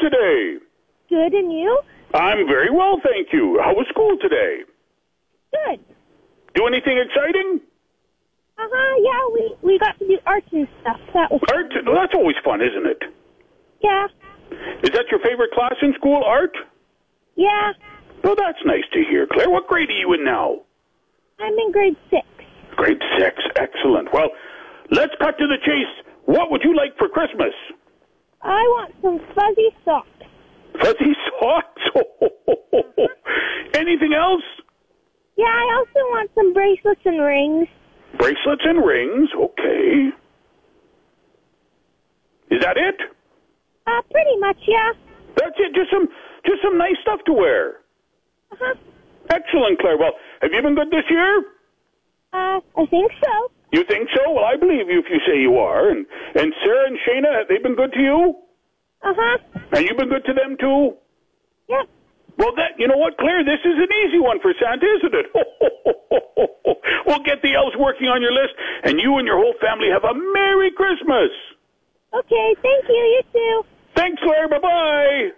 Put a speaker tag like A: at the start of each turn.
A: today?
B: Good, and you?
A: I'm very well, thank you. How was school today?
B: Good.
A: Do anything exciting?
B: Uh huh. Yeah, we we got to do arts and stuff. That was
A: Art? That's always fun, isn't it?
B: yeah,
A: Is that your favorite class in school, art?
B: yeah.
A: Well, that's nice to hear, Claire. What grade are you in now?
B: I'm in grade six.
A: Grade six. Excellent. Well, let's cut to the chase. What would you like for Christmas?
B: I want some fuzzy socks.
A: Fuzzy socks. Anything else?
B: Yeah, I also want some bracelets and rings.
A: Bracelets and rings. Okay. Is that it?
B: Uh, pretty much, yeah.
A: That's it. Just some, just some nice stuff to wear.
B: Uh huh.
A: Excellent, Claire. Well, have you been good this year?
B: Uh, I think so.
A: You think so? Well, I believe you if you say you are. And and Sarah and Shayna, have they been good to you?
B: Uh huh.
A: And you've been good to them too?
B: Yep.
A: Well, that you know what, Claire, this is an easy one for Santa, isn't it? we'll get the elves working on your list, and you and your whole family have a Merry Christmas.
B: Okay. Thank you. You too.
A: Thanks, Claire. Bye bye.